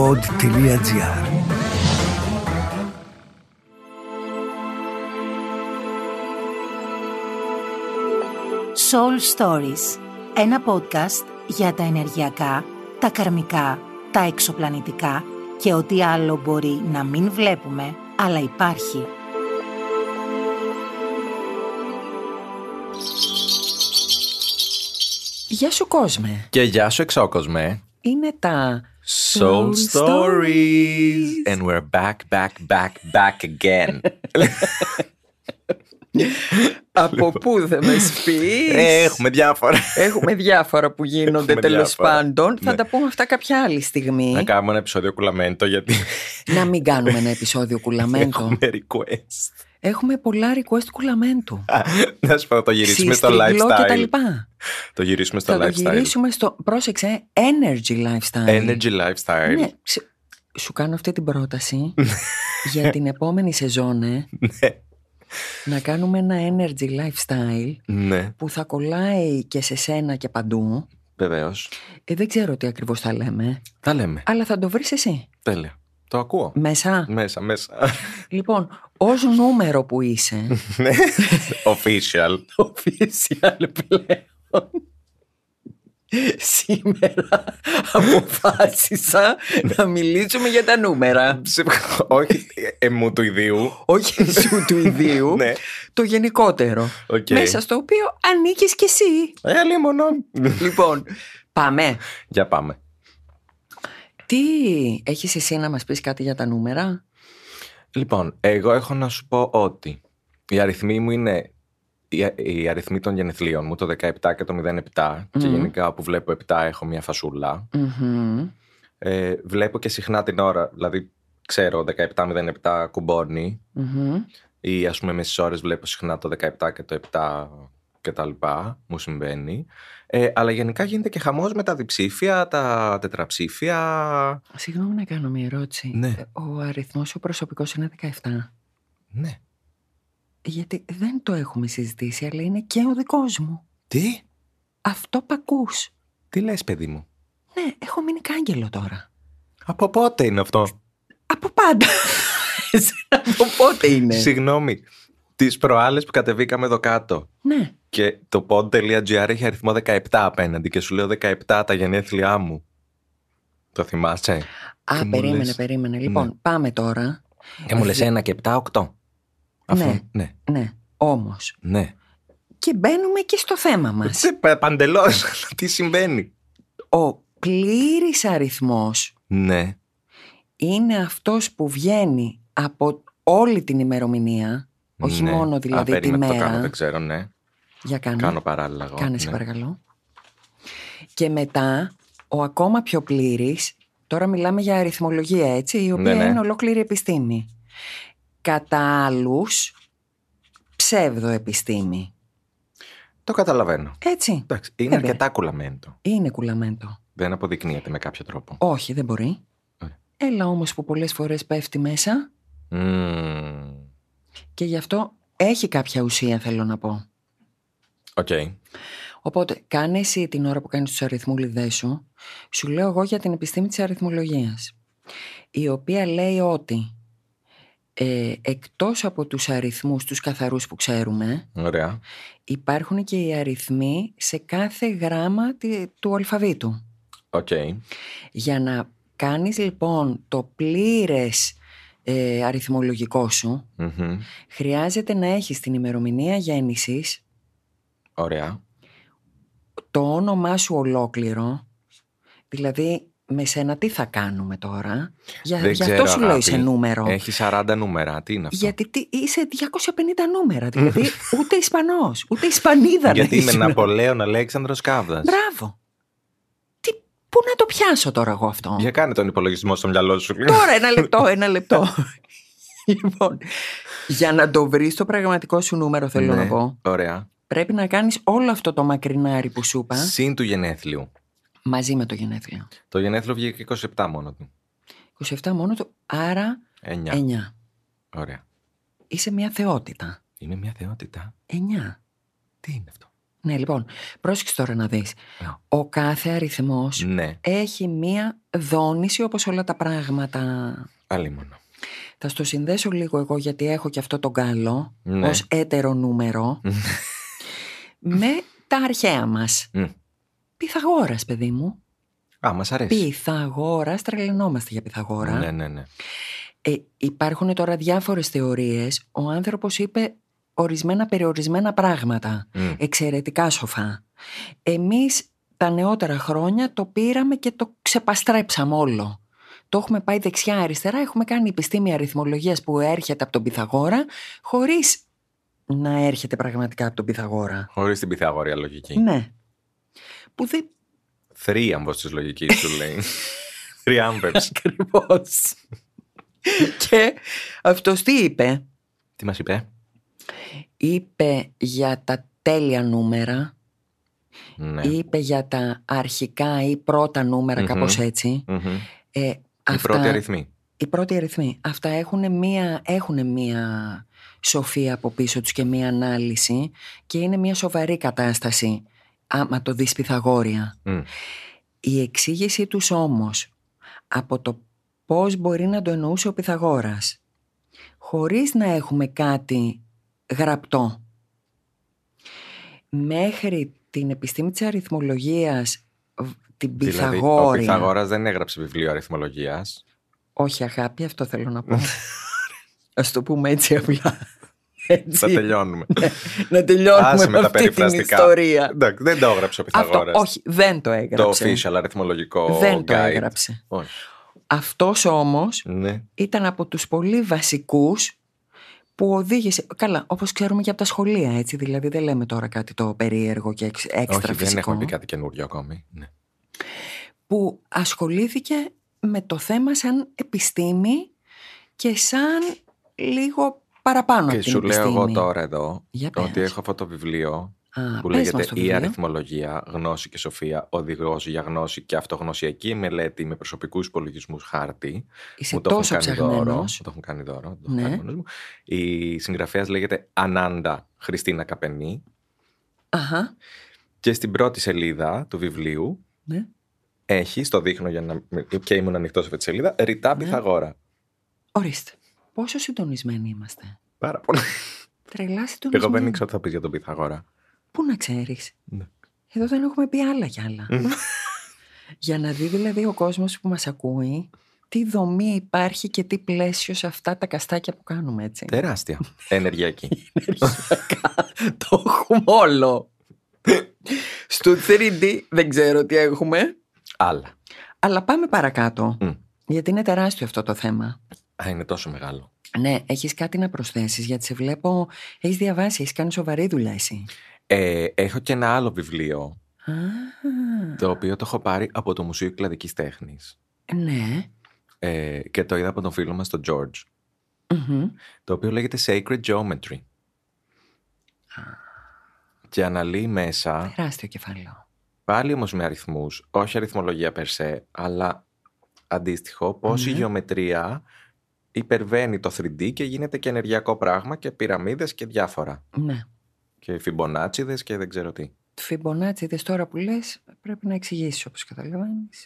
pod.gr Soul Stories. Ένα podcast για τα ενεργειακά, τα καρμικά, τα εξωπλανητικά και ό,τι άλλο μπορεί να μην βλέπουμε, αλλά υπάρχει. Γεια σου κόσμε. Και γεια σου εξώκοσμε. Είναι τα... Soul Stories. And we're back, back, back, back again. Από πού δεν με σπείς. Λοιπόν. Ε, Έχουμε διάφορα. Έχουμε διάφορα που γίνονται Έχουμε τέλο διάφορα. πάντων. Θα Ναι. τα πούμε αυτά κάποια άλλη Να στιγμή. κάνουμε ένα επεισόδιο κουλαμέντο γιατί Να μην κάνουμε ένα επεισόδιο κουλαμέντο. έχουμε request. Έχουμε πολλά request κουλαμέντου. Να σου πω, θα το γυρίσουμε στο Συστριγκλό και τα lifestyle. λοιπά. Το γυρίσουμε στο Θα το lifestyle. γυρίσουμε στο, πρόσεξε, ε, energy lifestyle. Energy lifestyle. Ναι, ξε- σου κάνω αυτή την πρόταση για την επόμενη σεζόν, ε, να κάνουμε ένα energy lifestyle Ναι, που θα κολλάει και σε σένα και παντού. βεβαίως. Ε, δεν ξέρω τι ακριβώς θα λέμε, Τα λέμε. αλλά θα το βρεις εσύ Τέλεια. Το ακούω. μέσα. Μέσα, μέσα. λοιπόν, ως νούμερο που είσαι, Ναι. Official. official πλέον, σήμερα αποφάσισα να μιλήσουμε για τα νούμερα. Όχι εμού του ιδίου. Όχι σου του ιδίου, Ναι. το γενικότερο. Οκ. Μέσα στο οποίο ανήκεις κι εσύ. Ε, λίμωνο. λοιπόν, πάμε. Για πάμε. Τι έχεις εσύ να μας πεις κάτι για τα νούμερα. Λοιπόν, εγώ έχω να σου πω ότι οι αριθμοί μου είναι οι α- οι αριθμοί των γενεθλίων μου, το 17 και το 07 και Μμμ. γενικά όπου βλέπω 7 έχω μια φασούλα. Μμμ. Ε, βλέπω και συχνά την ώρα, δηλαδή ξέρω 17-07 κουμπώνει Μμμ. ή ας πούμε με στις ώρες βλέπω συχνά το 17 και το 7 και τα λοιπά, μου συμβαίνει. Ε, αλλά γενικά γίνεται και χαμός με τα διψήφια, τα τετραψήφια. Συγγνώμη να κάνω μια ερώτηση. Ναι. Ε, Ο αριθμός ο προσωπικός είναι 17. Ναι. Γιατί δεν το έχουμε συζητήσει, αλλά είναι και ο δικός μου. Τι? Αυτό πακούς. Τι λες παιδί μου. Ναι, έχω μείνει κάγκελο τώρα. Από πότε είναι αυτό. Από πάντα. Εσένα Από πότε Ναι. είναι. Συγγνώμη. Τις προάλλες που κατεβήκαμε εδώ κάτω Ναι. και το pod.gr έχει αριθμό 17 απέναντι και σου λέω 17 τα γενέθλιά μου. Το θυμάσαι. Α, Τι μου περίμενε, λες. περίμενε. Λοιπόν, Ναι. πάμε τώρα. Και Ε, μου λες 1 και 7, 8. Αυτό. Ναι. Ναι. Ναι, όμως. ναι. Και μπαίνουμε και στο θέμα μας. Σε παντελώ. Ε, Τι συμβαίνει. Ο πλήρης αριθμός Ναι. είναι αυτός που βγαίνει από όλη την ημερομηνία, όχι ναι. μόνο δηλαδή τη Α, περίμενα, μέρα. Το κάνω, δεν ξέρω, ναι. Για κάνε. Κάνω παράλληλα εγώ. Κάνε, σε ναι. παρακαλώ. Και μετά, ο ακόμα πιο πλήρης, τώρα μιλάμε για αριθμολογία, έτσι, η οποία Ναι, ναι. είναι ολόκληρη επιστήμη. Κατά άλλους, ψεύδο επιστήμη. Το καταλαβαίνω. Έτσι, Εντάξει, είναι Βέβαια. αρκετά κουλαμέντο. είναι κουλαμέντο. Δεν αποδεικνύεται με κάποιο τρόπο. Όχι, δεν μπορεί. Ωραία. Έλα όμως που πολλές φορές πέφτει μέσα Μμμ. και γι' αυτό έχει κάποια ουσία, θέλω να πω. Οκ. Οπότε, κάνε εσύ την ώρα που κάνεις τους αριθμούλιδές σου, σου λέω εγώ για την επιστήμη της αριθμολογίας, η οποία λέει ότι ε, εκτός από τους αριθμούς, τους καθαρούς που ξέρουμε, Ωραία. υπάρχουν και οι αριθμοί σε κάθε γράμμα τη- του αλφαβήτου. Οκ. Για να κάνεις λοιπόν το πλήρες ε, αριθμολογικό σου, Μμμ. χρειάζεται να έχεις την ημερομηνία γέννησης, Ωραία. το όνομά σου ολόκληρο, δηλαδή με σένα τι θα κάνουμε τώρα, για, Δεν γι' αυτό ξέρω, σου λέω αγάπη. είσαι νούμερο. Έχει 40 νούμερα. Τι είναι αυτό. Γιατί τι, είσαι 250 νούμερα, δηλαδή ούτε Ισπανός, ούτε Ισπανίδα να Γιατί είμαι ήσουν. Ναπολέον Αλέξανδρος Κάβδας. Μπράβο. Τι, πού να το πιάσω τώρα εγώ αυτό. Για κάνε τον υπολογισμό στο μυαλό σου. Τώρα ένα λεπτό, ένα λεπτό. λοιπόν, για να το βρεις το πραγματικό σου νούμερο θέλω Ναι, να πω, Ωραία. πρέπει να κάνεις όλο αυτό το μακρινάρι που σου είπα Συν του γενέθλιου. μαζί με το γενέθλιο. Το γενέθλιο βγήκε 27 μόνο του. 27 μόνο του, άρα 9. 9. Ωραία. Είσαι μια θεότητα. Είμαι μια θεότητα. 9. Τι είναι αυτό. Ναι, λοιπόν, πρόσεξε τώρα να δεις. Ο κάθε αριθμός Ναι, έχει μία δόνηση όπως όλα τα πράγματα. αλίμονο. Θα στο συνδέσω λίγο εγώ γιατί έχω και αυτό τον καλό Ναι. ως έτερο νούμερο με τα αρχαία μας. Μμ. Πυθαγόρας, παιδί μου. Α, μας αρέσει. Πυθαγόρας, τρελαινόμαστε για Πυθαγόρα. Ναι, ναι, ναι. Ε, υπάρχουν τώρα διάφορες θεωρίες. Ο άνθρωπος είπε ορισμένα περιορισμένα πράγματα. Μμ. Εξαιρετικά σοφά. Εμείς τα νεότερα χρόνια το πήραμε και το ξεπαστρέψαμε όλο. Το έχουμε πάει δεξιά-αριστερά, έχουμε κάνει επιστήμη αριθμολογίας που έρχεται από τον Πυθαγόρα, χωρίς να έρχεται πραγματικά από τον Πυθαγόρα. Χωρίς την πυθαγόρια λογική. Ναι. Που δεν Θρίαμβος της λογικής σου λέει. Θριάμβευς. ακριβώς. και αυτός τι είπε. Τι μας είπε. είπε για τα τέλεια νούμερα, Ναι. είπε για τα αρχικά ή πρώτα νούμερα, Μμμ. κάπως έτσι. Μμμ. Ε, Η πρώτη αριθμή. οι πρώτοι αριθμοί. Αυτά έχουν μία, έχουν μία σοφία από πίσω τους και μία ανάλυση και είναι μία σοβαρή κατάσταση, άμα το δεις πυθαγόρια. Μμ. Η εξήγησή τους όμως από το πώς μπορεί να το εννοούσε ο Πυθαγόρας χωρίς να έχουμε κάτι γραπτό μέχρι την επιστήμη της αριθμολογίας β- την Δηλαδή, ο Πυθαγόρια Πυθαγόρας δεν έγραψε βιβλίο αριθμολογίας. όχι αγάπη, αυτό θέλω να Ναι. πω. Ας το πούμε έτσι απλά. Έτσι. Θα τελειώνουμε. να τελειώνουμε Άσε με με τα αυτή την περιφραστικά. ιστορία. Εντάξει, δεν το έγραψε ο Αυτό Πυθαγόρας. όχι, δεν το Το έγραψε. official αριθμολογικό δεν το guide. έγραψε. Όχι. Αυτός όμως Ναι. ήταν από τους πολύ βασικούς που οδήγησε, καλά, όπως ξέρουμε και από τα σχολεία, έτσι, δηλαδή δεν λέμε τώρα κάτι το περίεργο και εξ- έξτρα Όχι, δεν φυσικό, έχουμε πει κάτι καινούριο ακόμη. Ναι. που ασχολήθηκε με το θέμα σαν επιστήμη και σαν λίγο παραπάνω Και από την σου λέω επιστήμη. εγώ τώρα εδώ Για ότι πες. έχω αυτό το βιβλίο Α, που πες λέγεται μας το Η βιβλίο. αριθμολογία, γνώση και σοφία, οδηγός για γνώση και αυτογνωσιακή μελέτη με προσωπικούς υπολογισμούς χάρτη. Είσαι τόσο δώρο. ψαγμένος. Μου το έχουν κάνει δώρο. το έχω Ναι. κάνει μόνος μου. Η συγγραφέας λέγεται Ανάντα Χριστίνα Καπενή. Αχα, Και στην πρώτη σελίδα του βιβλίου ναι. έχει, στο δείχνω για να. και ήμουν ανοιχτός σε αυτή τη σελίδα, ρητά Ναι. Πυθαγόρα. Ορίστε. Πόσο συντονισμένοι είμαστε. Πάρα πολύ. Τρελά συντονισμένοι. Εγώ δεν ήξερα τι θα πεις για τον Πυθαγόρα. Πού να ξέρεις. Ναι. Εδώ δεν έχουμε πει άλλα κι άλλα. Μμμ. Για να δει δηλαδή ο κόσμος που μας ακούει τι δομή υπάρχει και τι πλαίσιο σε αυτά τα καστάκια που κάνουμε έτσι. Τεράστια. Ενεργειακή. Ενεργειακά. το έχουμε όλο. Στο 3D δεν ξέρω τι έχουμε. Άλλα. Αλλά πάμε παρακάτω. Μμ. Γιατί είναι τεράστιο αυτό το θέμα. Α, είναι τόσο μεγάλο. Ναι, έχεις κάτι να προσθέσεις γιατί σε βλέπω, έχεις διαβάσει, έχεις κάνει σοβαρή δουλειά εσύ. Ε, έχω και ένα άλλο βιβλίο, Α, το οποίο το έχω πάρει από το Μουσείο Κλαδικής Τέχνης Ναι. ε, και το είδα από τον φίλο μας τον George, Μμμ. το οποίο λέγεται Sacred Geometry. Και αναλύει μέσα, Τεράστιο κεφάλαιο. πάλι όμως με αριθμούς, όχι αριθμολογία περσέ, αλλά αντίστοιχο, πώς η Ναι. γεωμετρία υπερβαίνει το 3D και γίνεται και ενεργειακό πράγμα και πυραμίδες και διάφορα. Ναι. Και φιμπονάτσιδες και δεν ξέρω τι. Φιμπονάτσι, δες τώρα που λες, πρέπει να εξηγήσεις όπως καταλαβαίνεις.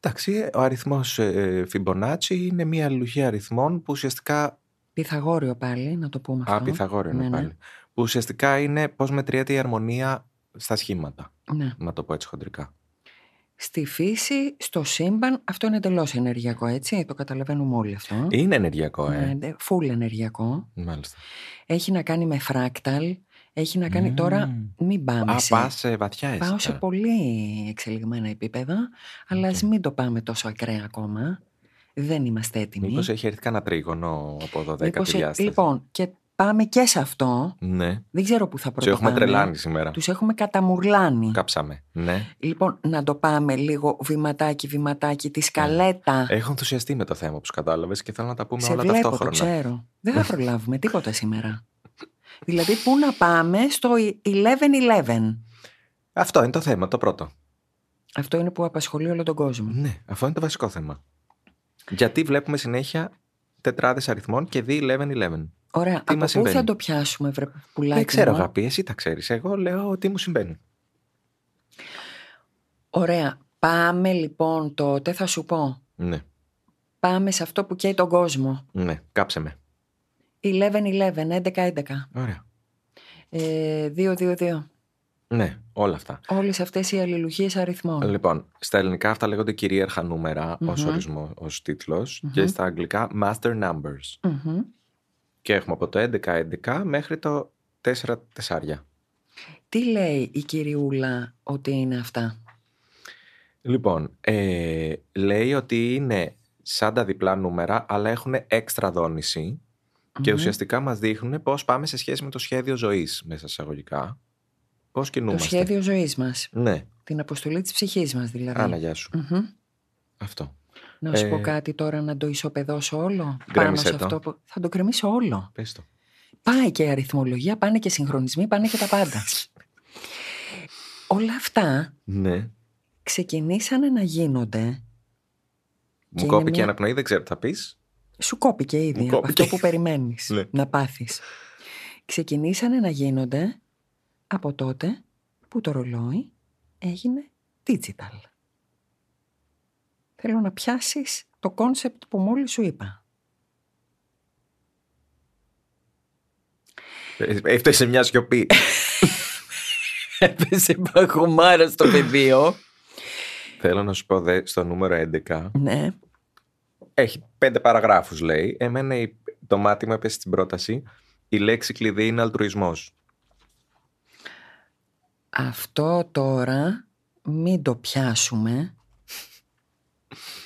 Εντάξει, ο αριθμός ε, Φιμπονάτσι είναι μια λουγή αριθμών που ουσιαστικά. Πυθαγόριο πάλι, να το πούμε αυτό. Α, Πυθαγόριο είναι Ναι, ναι. πάλι. Που ουσιαστικά είναι πώς μετριέται η αρμονία στα σχήματα. Ναι. Να το πω έτσι χοντρικά. Στη φύση, στο σύμπαν, αυτό είναι εντελώς ενεργειακό, έτσι. Το καταλαβαίνουμε όλοι αυτό. Είναι ενεργειακό, ε. Φουλ Ναι, ενεργειακό. Μάλιστα. Έχει να κάνει με φράκταλ. Έχει να κάνει Μμμ. τώρα. Μην πάμε Α, σε- πας σε βαθιά εσύ. ε. Πάω σε τώρα. πολύ εξελιγμένα επίπεδα, αλλά ας Οκ. μην το πάμε τόσο ακραία ακόμα. Δεν είμαστε έτοιμοι. Μήπως έχει έρθει κανένα τρίγωνο από 12 Μήπως, ε, διάσταση. Λοιπόν, και πάμε και σε αυτό. Ναι. Δεν ξέρω πού θα Τους πρωτοπάμε. έχουμε τρελάνει σήμερα. Τους έχουμε καταμουρλάνει. Κάψαμε. Ναι. Λοιπόν, να το πάμε λίγο βηματάκι, βηματάκι, Ναι. τη σκαλέτα. Έχω ενθουσιαστεί με το θέμα που κατάλαβες και θέλω να τα πούμε Ε. σε όλα βλέπω, το ταυτόχρονα. ξέρω. Δεν θα προλάβουμε τίποτα σήμερα. δηλαδή, πού να πάμε στο 11-11. Αυτό είναι το θέμα, το πρώτο. Αυτό είναι που απασχολεί όλο τον κόσμο. Ναι, αυτό είναι το βασικό θέμα. Γιατί βλέπουμε συνέχεια τετράδες αριθμών και δι 11-11. Ωραία. μας από πού θα συμβαίνει. το πιάσουμε, βρε πουλάκι. Δεν ξέρω, μου, ε? αγαπή, εσύ τα ξέρεις. Εγώ λέω τι μου συμβαίνει. Ωραία. Πάμε λοιπόν τότε, θα σου πω. Ναι, Πάμε σε αυτό που καίει τον κόσμο. ναι, κάψε με. 11-11, 11-11, Ωραία. ε, 2-2-2. Ναι, όλα αυτά. Όλες αυτές οι αλληλουχίες αριθμών. Λοιπόν, στα ελληνικά αυτά λέγονται κυρίαρχα νούμερα ως Μμμ. ορισμό, ως τίτλος Μμμ. και στα αγγλικά master numbers. Μμμ. Και έχουμε από το 11-11 μέχρι το 4-4. Τι λέει η κυριούλα ότι είναι αυτά. Λοιπόν, ε, λέει ότι είναι σαν τα διπλά νούμερα, αλλά έχουν έξτρα δόνηση και Μμμ. ουσιαστικά μας δείχνουν πώς πάμε σε σχέση με το σχέδιο ζωής, μέσα σε αγωγικά. Πώς Το κινούμαστε. σχέδιο ζωής μας. Ναι, Την αποστολή της ψυχής μας δηλαδή. Άννα, γεια σου. Μμμ. Αυτό. Να σου Ε, πω κάτι τώρα να το ισοπεδώσω όλο. Πάνω Γκρέμισε σε το. αυτό που. Θα το κρεμίσω όλο. Πες το. Πάει και η αριθμολογία, πάνε και συγχρονισμοί, πάνε και τα πάντα. Όλα αυτά Ναι. ξεκινήσανε να γίνονται. Μου είναι κόπηκε η μια- αναπνοή, δεν ξέρω τι θα πεις. Σου κόπηκε ήδη Μου από κόπηκε. αυτό που περιμένεις Ναι. να πάθεις. Ξεκινήσανε να γίνονται από τότε που το ρολόι έγινε digital. Θέλω να πιάσεις το κόνσεπτ που μόλις σου είπα. Ε, Έφτασε σε μια σιωπή. Ε, έπεσε παγωμάρα στο πεδίο. Θέλω να σου πω δε, στο νούμερο 11. ναι. Έχει πέντε παραγράφους λέει. Εμένα η- το μάτι μου έπεσε στην πρόταση. Η λέξη κλειδί είναι αλτρουισμός. Αυτό τώρα μην το πιάσουμε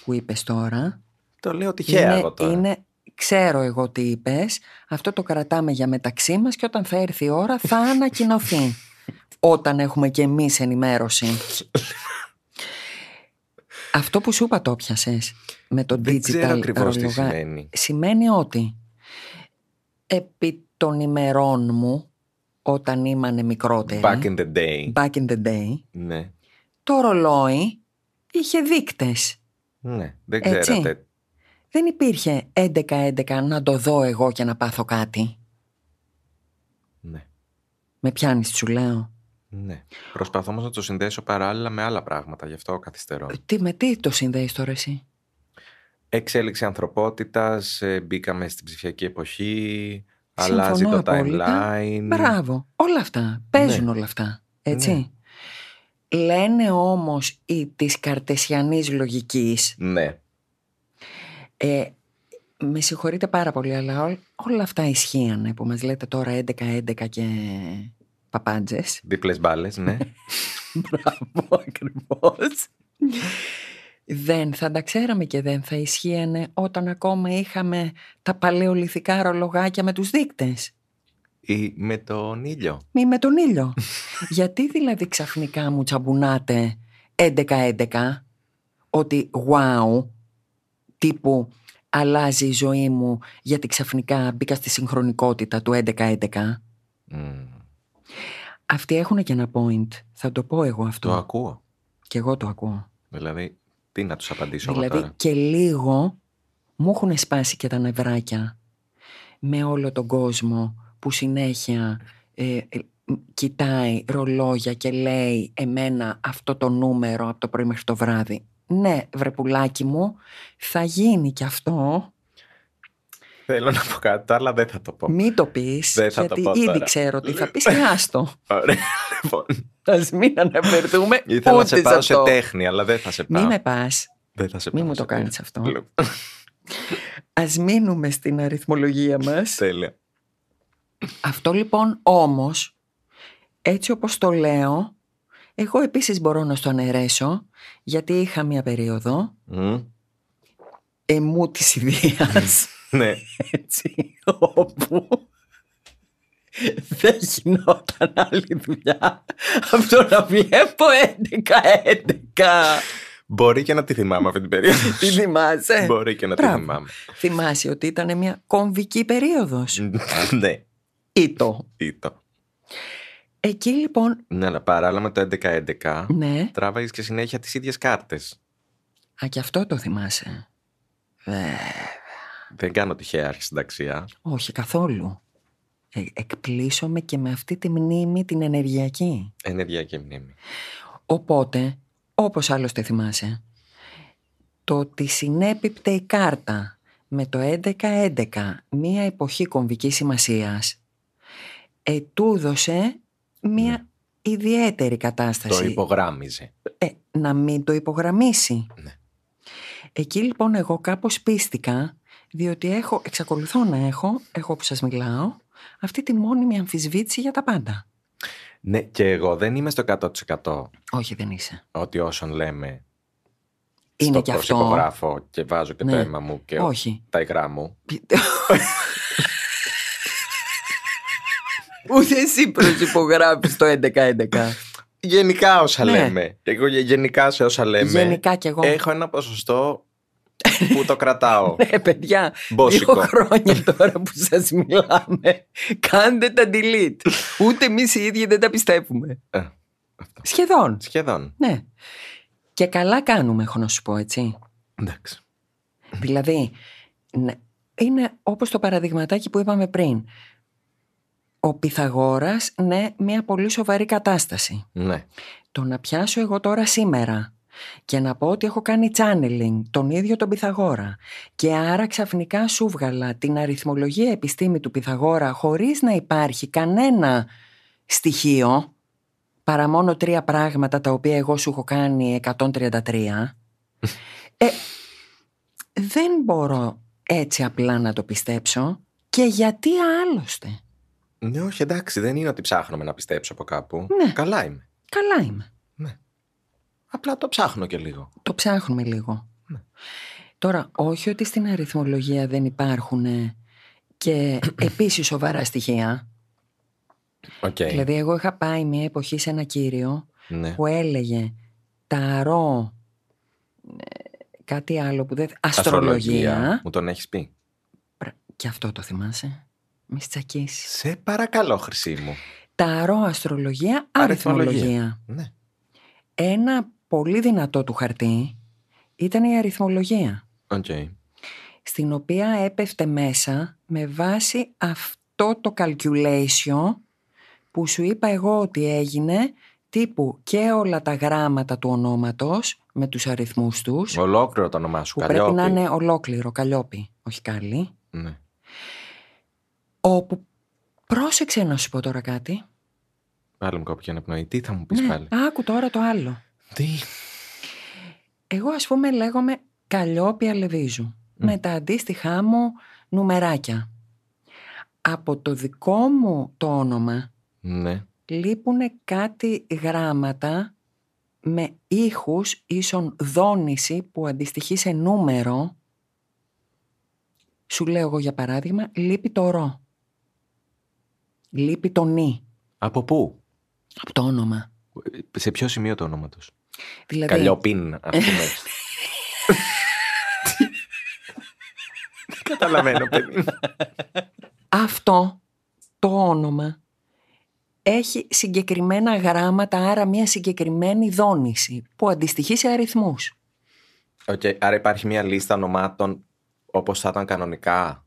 που είπες τώρα. Το λέω τυχαία είναι, εγώ τώρα. είναι- ξέρω εγώ τι είπες. Αυτό το κρατάμε για μεταξύ μας και όταν θα έρθει η ώρα θα ανακοινωθεί. όταν έχουμε και εμείς ενημέρωση. Αυτό που σου είπα το πιάσες με το Δεν ξέρω digital ακριβώς τι ρολογά. σημαίνει. σημαίνει ότι επί των ημερών μου, όταν ήμανε μικρότερη, Back in the day. back in the day, Ναι. το ρολόι είχε δείκτες. ναι. Δεν Έτσι. ξέρατε. Δεν υπήρχε 11-11 να το δω εγώ και να πάθω κάτι. Ναι. Με πιάνεις σου λέω. ναι. Προσπαθώ όμως να το συνδέσω παράλληλα με άλλα πράγματα. Γι' αυτό καθυστερώ. Τι με τι το συνδέεις τώρα εσύ. Εξέλιξη ανθρωπότητας. ε, Μπήκαμε στην ψηφιακή εποχή. Συμφωνώ Αλλάζει το απόλυτα. timeline. Μπράβο. Όλα αυτά. Παίζουν Ναι. όλα αυτά. Έτσι. Ναι. Λένε όμως οι της καρτεσιανής λογικής Ναι. Ε, με συγχωρείτε πάρα πολύ, αλλά ό- όλα αυτά ισχύανε που μας λέτε τώρα 11-11 και παπάντζες. Διπλές μπάλες. Ναι. Μπράβο, ακριβώς. δεν θα τα ξέραμε και δεν θα ισχύανε όταν ακόμα είχαμε τα παλαιολιθικά ρολογάκια με τους δείκτες. Ή με τον ήλιο. Μη με τον ήλιο. Γιατί δηλαδή ξαφνικά μου τσαμπουνάτε 11-11 ότι wow, τύπου αλλάζει η ζωή μου γιατί ξαφνικά μπήκα στη συγχρονικότητα του 11-11. Μμ, Αυτοί έχουν και ένα point. Θα το πω εγώ Το αυτό. ακούω. Και εγώ το ακούω. Δηλαδή, τι να τους απαντήσω εγώ δηλαδή τώρα. και λίγο μου έχουν σπάσει και τα νευράκια με όλο τον κόσμο που συνέχεια ε, ε, κοιτάει ρολόγια και λέει εμένα αυτό το νούμερο από το πρωί μέχρι το βράδυ. Ναι, βρε πουλάκι μου, θα γίνει κι αυτό. Θέλω να πω κάτι, αλλά δεν θα το πω. Μην το πεις, Δεν θα το γιατί πω ήδη τώρα. ξέρω τι θα πεις και άστο. Ωραία, λοιπόν. Ας μην αναφερθούμε Ήθελα να ούτε σε πάω σε αυτό. τέχνη, αλλά δεν θα σε Μη πάω. με πας, Δεν θα σε μη πάω μου το σε τέχνη. κάνεις αυτό. Λοιπόν, Ας μείνουμε στην αριθμολογία μας. Τέλεια. Αυτό λοιπόν όμως, έτσι όπως το λέω, εγώ επίσης μπορώ να στο αναιρέσω, γιατί είχα μία περίοδο Μμ, εμού της ιδείας, Ναι. έτσι, όπου δεν γινόταν άλλη δουλειά αυτό να βλέπω 11-11. Μπορεί και να τη θυμάμαι αυτή την περίοδο. Τι θυμάσαι. Μπορεί και να τη ε, Μπράβο. θυμάμαι. Θυμάσαι ότι ήταν μια κομβική περίοδος. Ναι, Ήτο. ήταν. Εκεί λοιπόν, Ναι, αλλά παράλληλα με το 11-11, ναι, τράβαγες και συνέχεια τις ίδιες κάρτες. α και αυτό το θυμάσαι. Βέβαια. Δεν κάνω τυχαία αρχισυνταξία. Όχι, καθόλου. Ε, εκπλήσωμαι και με αυτή τη μνήμη την ενεργειακή. Ενεργειακή μνήμη. Οπότε, όπως άλλωστε θυμάσαι, το ότι συνέπιπτε η κάρτα με το 11-11 μία εποχή κομβικής σημασίας ετούδωσε μία Ναι. ιδιαίτερη κατάσταση. Το υπογράμμιζε. Ε, να μην το υπογραμμίσει. Ναι. Εκεί λοιπόν εγώ κάπως πίστηκα, διότι έχω, εξακολουθώ να έχω, εγώ που σας μιλάω, αυτή τη μόνιμη αμφισβήτηση για τα πάντα. Ναι, και εγώ δεν είμαι στο 100% Όχι δεν είσαι. ότι όσον λέμε. Είναι στο ε. και πώς αυτό. υπογράφω και βάζω και το Ναι. αίμα μου και Όχι. τα υγρά μου. Ούτε εσύ προσυπογράφεις το 11-11. Γενικά όσα Ναι. λέμε. Εγώ γε- γενικά σε όσα λέμε. Γενικά κι εγώ. Ε, Έχω ένα ποσοστό που το κρατάω. Ναι, παιδιά, Μπόσικο. δύο χρόνια τώρα που σας μιλάμε, κάντε τα delete. Ούτε εμείς οι ίδιοι δεν τα πιστεύουμε. Ε, Σχεδόν, Σχεδόν. ναι. Και καλά κάνουμε, έχω να σου πω, έτσι. Εντάξει. δηλαδή, ναι, είναι όπως το παραδειγματάκι που είπαμε πριν. Ο Πυθαγόρας, ναι, μια πολύ σοβαρή κατάσταση. Ναι. Το να πιάσω εγώ τώρα σήμερα και να πω ότι έχω κάνει channeling τον ίδιο τον Πυθαγόρα και άρα ξαφνικά σου βγαλα την αριθμολογία επιστήμη του Πυθαγόρα χωρίς να υπάρχει κανένα στοιχείο παρά μόνο τρία πράγματα τα οποία εγώ σου έχω κάνει 133 ε, δεν μπορώ έτσι απλά να το πιστέψω και γιατί άλλωστε Ναι, όχι, εντάξει, δεν είναι ότι ψάχνουμε να πιστέψω από κάπου. Ναι. Καλά είμαι. καλά είμαι Απλά το ψάχνω και λίγο. Το ψάχνουμε λίγο. Ναι. Τώρα, όχι ότι στην αριθμολογία δεν υπάρχουν ε, και επίσης σοβαρά στοιχεία. Ναι. Οκ. Δηλαδή, εγώ είχα πάει μια εποχή σε ένα κύριο Ναι. που έλεγε ταρό, ε, κάτι άλλο που δεν... Αστρολογία. Μου τον έχεις πει. Πρα- Και αυτό το θυμάσαι. Μη τσακίσεις. Σε παρακαλώ, Χρυσή μου. Ταρό, αστρολογία, Αριθμολογία. αριθμολογία. Ναι. Ένα πολύ δυνατό του χαρτί ήταν η αριθμολογία. Οκ. στην οποία έπεφτε μέσα με βάση αυτό το calculation που σου είπα εγώ ότι έγινε τύπου και όλα τα γράμματα του ονόματος με τους αριθμούς τους Ολόκληρο το όνομά σου. που πρέπει να Καλλιόπη. είναι ολόκληρο, καλλιόπι, όχι κάλλι Ναι. όπου πρόσεξε να σου πω τώρα κάτι Πάλι μου κόπηκε ένα πνοή. Τι θα μου πεις ναι, πάλι. άκου τώρα το άλλο Τι. εγώ ας πούμε λέγομαι καλλιόπια Λεβίζου με τα αντίστοιχά μου νουμεράκια από το δικό μου το όνομα Ναι. λείπουν κάτι γράμματα με ήχους ίσον δόνηση που αντιστοιχεί σε νούμερο. Σου λέω εγώ για παράδειγμα, λείπει το ρο. Λείπει το νι Από πού. από το όνομα. Σε ποιο σημείο το όνομα του. Δηλαδή, Καλλιόπιν, ας πούμε. Τι. Δεν Καταλαβαίνω, παιδί. αυτό το όνομα έχει συγκεκριμένα γράμματα, άρα μια συγκεκριμένη δόνηση που αντιστοιχεί σε αριθμούς. Οκ, άρα υπάρχει μια λίστα ονομάτων όπως θα ήταν κανονικά.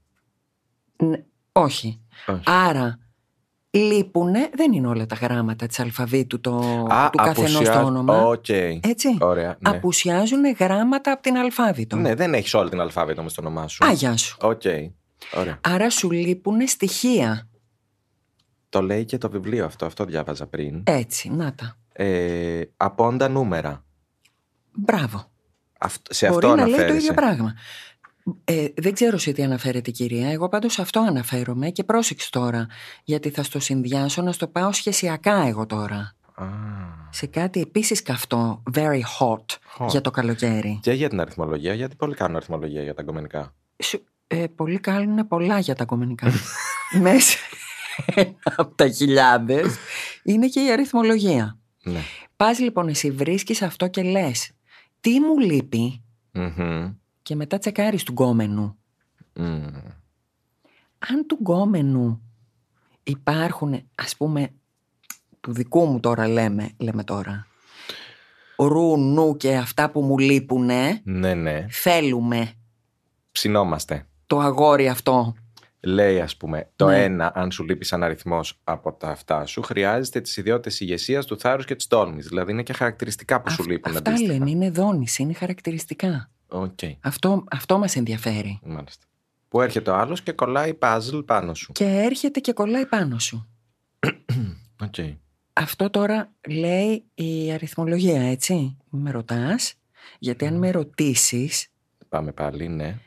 Ν- Όχι. Όχι. Άρα, λείπουνε, δεν είναι όλα τα γράμματα της αλφαβήτου το, Α, του καθενός το απουσιάζει- όνομα. Ε, Οκ. Έτσι. Ωραία. Ναι. Απουσιάζουν γράμματα από την αλφάβητο. ναι, δεν έχεις όλη την αλφάβητο μες στο όνομά σου. Α, γεια σου. Οκ. Ωραία. Άρα σου λείπουνε στοιχεία. Το λέει και το βιβλίο αυτό, αυτό διάβαζα πριν. Έτσι, να τα. Ε, απόντα νούμερα. Μπράβο. Αυτ- σε Μπορεί αυτό να λέει το αναφέρεσαι. ίδιο πράγμα. Ε, δεν ξέρω σε τι αναφέρεται η κυρία. Εγώ πάντως σε αυτό αναφέρομαι και πρόσεξε τώρα. Γιατί θα στο συνδυάσω να στο πάω σχεσιακά εγώ τώρα. Α, Σε κάτι επίσης καυτό, very hot. Hot. για το καλοκαίρι. και για την αριθμολογία, γιατί πολλοί κάνουν αριθμολογία για τα αγκομενικά. Σου, ε, πολλοί κάνουν πολλά για τα κομμενικά. Μέσα από τα χιλιάδες είναι και η αριθμολογία. Ναι. Πας λοιπόν εσύ βρίσκεις αυτό και λες τι μου λείπει Μμμ. και μετά τσεκάρεις του γκόμενου. Μμμ. Αν του γκόμενου υπάρχουν ας πούμε του δικού μου τώρα λέμε, λέμε τώρα ρου, νου και αυτά που μου λείπουνε Ναι, ναι. θέλουμε Ψινόμαστε. το αγόρι αυτό. Λέει, ας πούμε, το Ναι. ένα, αν σου λείπει σαν αριθμός από τα αυτά σου, χρειάζεται τις ιδιότητες ηγεσίας, του θάρρους και της τόλμης. Δηλαδή είναι και χαρακτηριστικά που Αυ- σου λείπουν αυτά αντίστοιχα. λένε, είναι δόνηση, είναι χαρακτηριστικά. Οκ, Αυτό, αυτό μας ενδιαφέρει. μάλιστα. Που έρχεται ο άλλος και κολλάει puzzle πάνω σου. Και έρχεται και κολλάει πάνω σου. Οκ. Αυτό τώρα λέει η αριθμολογία, έτσι. Μη Με ρωτάς, γιατί αν με ρωτήσεις, Πάμε πάλι, ναι.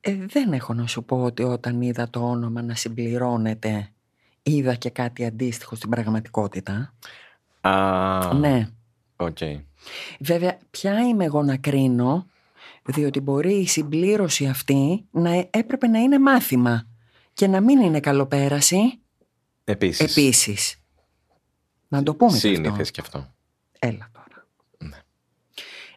ε, δεν έχω να σου πω ότι όταν είδα το όνομα να συμπληρώνεται, είδα και κάτι αντίστοιχο στην πραγματικότητα. Α, Ναι. Οκ. Βέβαια, ποια είμαι εγώ να κρίνω, διότι μπορεί η συμπλήρωση αυτή να ε- έπρεπε να είναι μάθημα και να μην είναι καλοπέραση Επίσης. επίσης. Να το πούμε και αυτό. Σύνηθες και αυτό. Έλα τώρα. Ναι.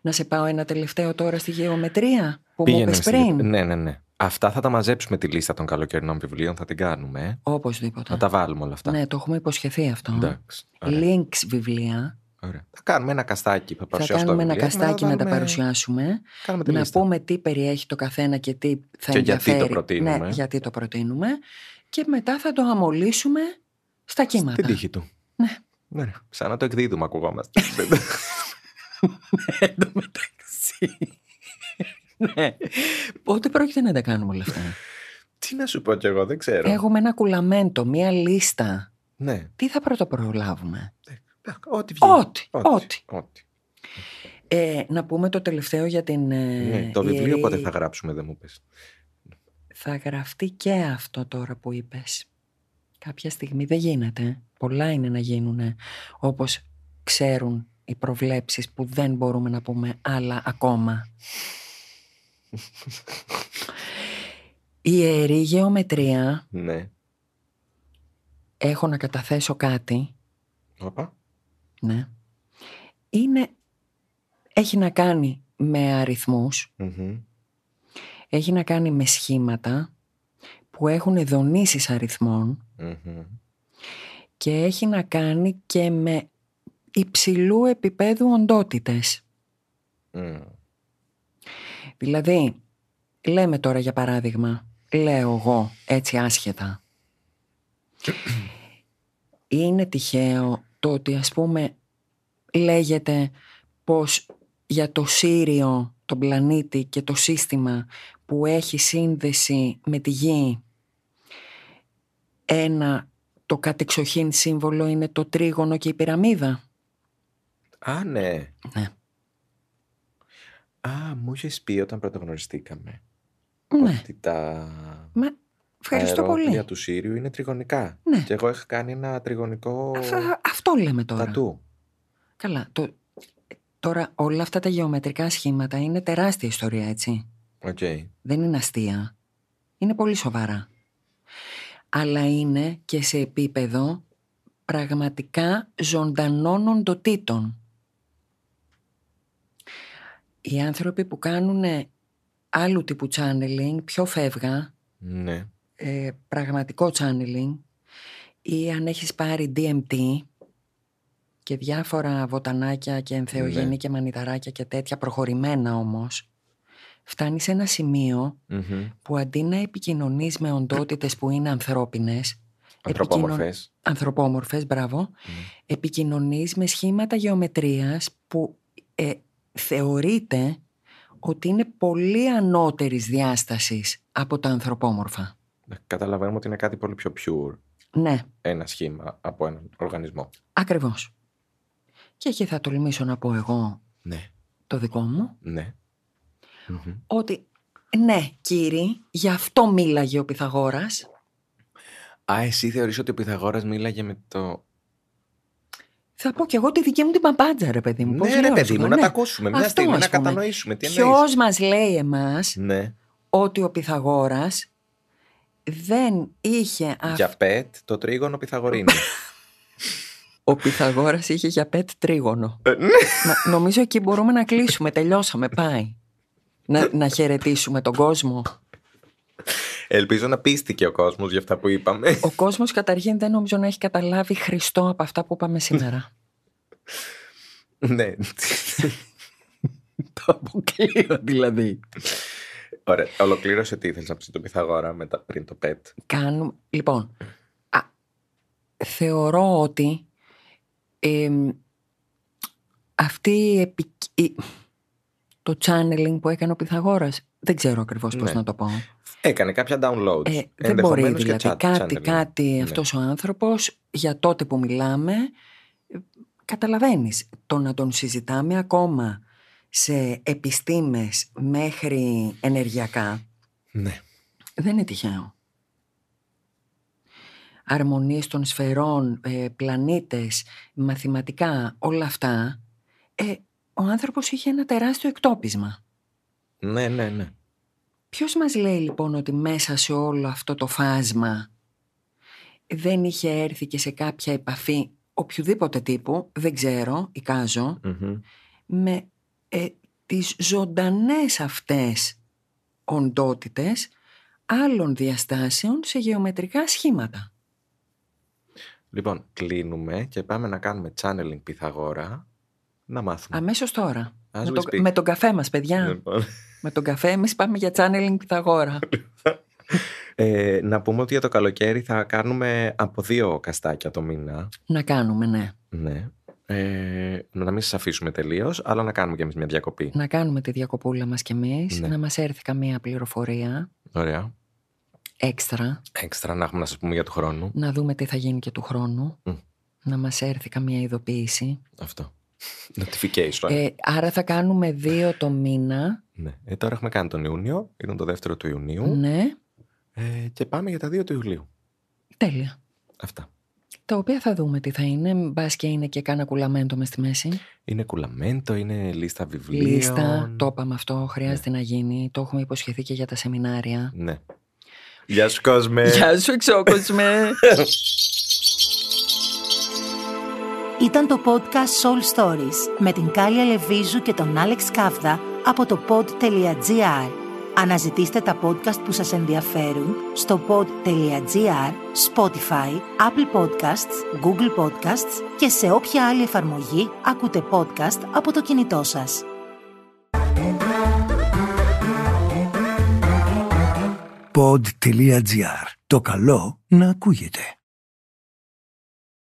Να σε πάω ένα τελευταίο τώρα στη γεωμετρία που μου Πήγαινε είπες στη- πριν. Ναι, ναι, ναι. Αυτά θα τα μαζέψουμε τη λίστα των καλοκαιρινών βιβλίων, θα την κάνουμε. ε. Οπωσδήποτε. Θα τα βάλουμε όλα αυτά. Ναι, το έχουμε υποσχεθεί αυτό. Εντάξει. Ωραία. Links βιβλία. ωραία. Θα κάνουμε ένα καστάκι. Θα, Θα παρουσιάσω τα κάνουμε ένα βιβλία, καστάκι μετά να τα βάλουμε- παρουσιάσουμε. Κάνουμε τη Να λίστα. πούμε τι περιέχει το καθένα και τι θα Και γιατί το ενδιαφέρει. προτείνουμε. Ναι, γιατί το προτείνουμε. Και μετά θα το αμολύσουμε στα κύματα. Στην τύχη του. Ναι. ναι. Σαν να το εκδίδουμε ακουγόμαστε. Εν τω μεταξύ. ναι. Πότε πρόκειται να τα κάνουμε όλα αυτά. Τι να σου πω κι εγώ, δεν ξέρω. Έχουμε ένα κουλαμέντο, μία λίστα. Ναι. Τι θα πρωτοπρολάβουμε. Ό,τι βγει. Ό,τι, ό,τι. Ό,τι. Ε, να πούμε το τελευταίο για την. ε, Ναι, το βιβλίο ιερή- πότε θα γράψουμε, δεν μου πες. Θα γραφτεί και αυτό τώρα που είπες. Κάποια στιγμή δεν γίνεται. Πολλά είναι να γίνουν όπως ξέρουν οι προβλέψεις που δεν μπορούμε να πούμε άλλα ακόμα. Η ιερή γεωμετρία, Ναι. έχω να καταθέσω κάτι, Όπα. ναι, είναι, έχει να κάνει με αριθμούς, Μμμ. έχει να κάνει με σχήματα που έχουν δονήσεις αριθμών Μμμ. και έχει να κάνει και με υψηλού επίπεδου οντότητες. Μμ. Δηλαδή, λέμε τώρα για παράδειγμα, λέω εγώ έτσι άσχετα. Είναι τυχαίο το ότι ας πούμε λέγεται πως για το Σύριο, τον πλανήτη και το σύστημα που έχει σύνδεση με τη Γη ένα το κατεξοχήν σύμβολο είναι το τρίγωνο και η πυραμίδα. Α, ναι. Ναι. Α, μου είχες πει όταν πρωτογνωριστήκαμε. Ναι. Ότι τα Μα, ευχαριστώ πολύ. αερόπλια του Σύριου είναι τριγωνικά. Ναι. Και εγώ είχα κάνει ένα τριγωνικό Αυτά- αυτό λέμε τώρα. τατού. Καλά. Το... Τώρα όλα αυτά τα γεωμετρικά σχήματα είναι τεράστια ιστορία, έτσι. Οκ. Δεν είναι αστεία. Είναι πολύ σοβαρά. Αλλά είναι και σε επίπεδο πραγματικά ζωντανών οντοτήτων. Οι άνθρωποι που κάνουν άλλου τύπου channeling, πιο φεύγα, Ναι. ε, πραγματικό channeling ή αν έχεις πάρει DMT και διάφορα βοτανάκια και ενθεογενή Ναι. και μανιταράκια και τέτοια προχωρημένα όμως φτάνει σε ένα σημείο Μμμ. που αντί να επικοινωνείς με οντότητες που είναι ανθρώπινες Ανθρωπόμορφες. ανθρωπόμορφες, μπράβο επικοινωνείς με σχήματα γεωμετρίας που ε, θεωρείται ότι είναι πολύ ανώτερης διάστασης από τα ανθρωπόμορφα. Ναι, Καταλαβαίνουμε ότι είναι κάτι πολύ πιο pure Ναι. ένα σχήμα από έναν οργανισμό. Ακριβώς. Και εκεί θα τολμήσω να πω εγώ Ναι. το δικό μου, Ναι. Μμμ. ότι ναι κύριοι, γι' αυτό μίλαγε ο Πυθαγόρας. Α, εσύ θεωρείς ότι ο Πυθαγόρας μίλαγε με το... Θα πω κι εγώ τη δική μου την παπάντζα ρε παιδί μου. Πώς ναι, ρε Ε, λέω, παιδί σου μου, λέω, να ναι. τα ακούσουμε. Μια Αυτός, στιγμή, ας να πούμε. κατανοήσουμε. Τι εννοείς. Ποιος μας λέει εμάς Ναι. ότι ο Πυθαγόρας δεν είχε Για αυτό. πέτ, το τρίγωνο Πυθαγορίνη. Ο Πυθαγόρας είχε για πέτ τρίγωνο. Ε, ναι. Να- νομίζω εκεί μπορούμε να κλείσουμε. Τελειώσαμε. Πάει. Να, να χαιρετήσουμε τον κόσμο. Ελπίζω να πίστηκε ο κόσμος για αυτά που είπαμε. Ο κόσμος καταρχήν δεν νομίζω να έχει καταλάβει Χριστό από αυτά που είπαμε σήμερα. ναι. το αποκλείω δηλαδή. Ωραία. Ολοκλήρωσε τι ήθελες να πεις στον Πιθαγόρα μετά, πριν το pet. Κάνουμε... Λοιπόν, α, θεωρώ ότι εμ, αυτή η επικ- η- το channeling που έκανε ο Πιθαγόρας, δεν ξέρω ακριβώς πώς Ναι. να το πω. Έκανε κάποια downloads. Ε, δεν μπορεί Ενδεχομένως και δηλαδή chat- κάτι, channeling. κάτι Ναι. αυτός ο άνθρωπος για τότε που μιλάμε ε, καταλαβαίνεις το να τον συζητάμε ακόμα σε επιστήμες μέχρι ενεργειακά Ναι. δεν είναι τυχαίο. Αρμονίες των σφαιρών, ε, πλανήτες, μαθηματικά, όλα αυτά ε, ο άνθρωπος είχε ένα τεράστιο εκτόπισμα. ναι, ναι, ναι. Ποιος μας λέει λοιπόν ότι μέσα σε όλο αυτό το φάσμα δεν είχε έρθει και σε κάποια επαφή οποιοδήποτε τύπου, δεν ξέρω, εικάζω, Μμμ. με ε, τις ζωντανές αυτές οντότητες άλλων διαστάσεων σε γεωμετρικά σχήματα. Λοιπόν, κλείνουμε και πάμε να κάνουμε channeling Πιθαγόρα να μάθουμε. Αμέσως τώρα. As Με, we το- speak. με τον καφέ μας, παιδιά. Λοιπόν, με τον καφέ εμείς πάμε για channeling Πυθαγόρα. ε, να πούμε ότι για το καλοκαίρι θα κάνουμε από δύο καστάκια το μήνα. να κάνουμε, ναι. Ναι. Ε, να μην σας αφήσουμε τελείως, αλλά να κάνουμε κι εμείς μια διακοπή. Να κάνουμε τη διακοπούλα μας κι εμείς, Ναι. να μας έρθει καμία πληροφορία. Ωραία. έξτρα, Έξτρα να έχουμε να σας πούμε για του χρόνου. να δούμε τι θα γίνει και του χρόνου, Μμ. να μας έρθει καμία ειδοποίηση. Αυτό. Notification. Ε, άρα θα κάνουμε δύο το μήνα, Ναι. Ε, τώρα έχουμε κάνει τον Ιούνιο, ήταν το δεύτερο του Ιουνίου. ναι, Ε, και πάμε για τα δύο του Ιουλίου. τέλεια. Αυτά. Τα οποία θα δούμε τι θα είναι, μπας και είναι και κάνα κουλαμέντο μες στη μέση. Είναι κουλαμέντο, είναι λίστα βιβλίων. Λίστα, το είπαμε αυτό, χρειάζεται να γίνει. Το έχουμε υποσχεθεί και για τα σεμινάρια. Ναι. Γεια σου κόσμε. Γεια σου, εξόκοσμε! Ήταν το podcast Soul Stories με την Κάλια Λεβίζου και τον Άλεξ Κάβδα από το pod.gr. Αναζητήστε τα podcast που σας ενδιαφέρουν στο pod.gr, Spotify, Apple Podcasts, Google Podcasts και σε όποια άλλη εφαρμογή ακούτε podcast από το κινητό σας. pod.gr. Το καλό να ακούγεται.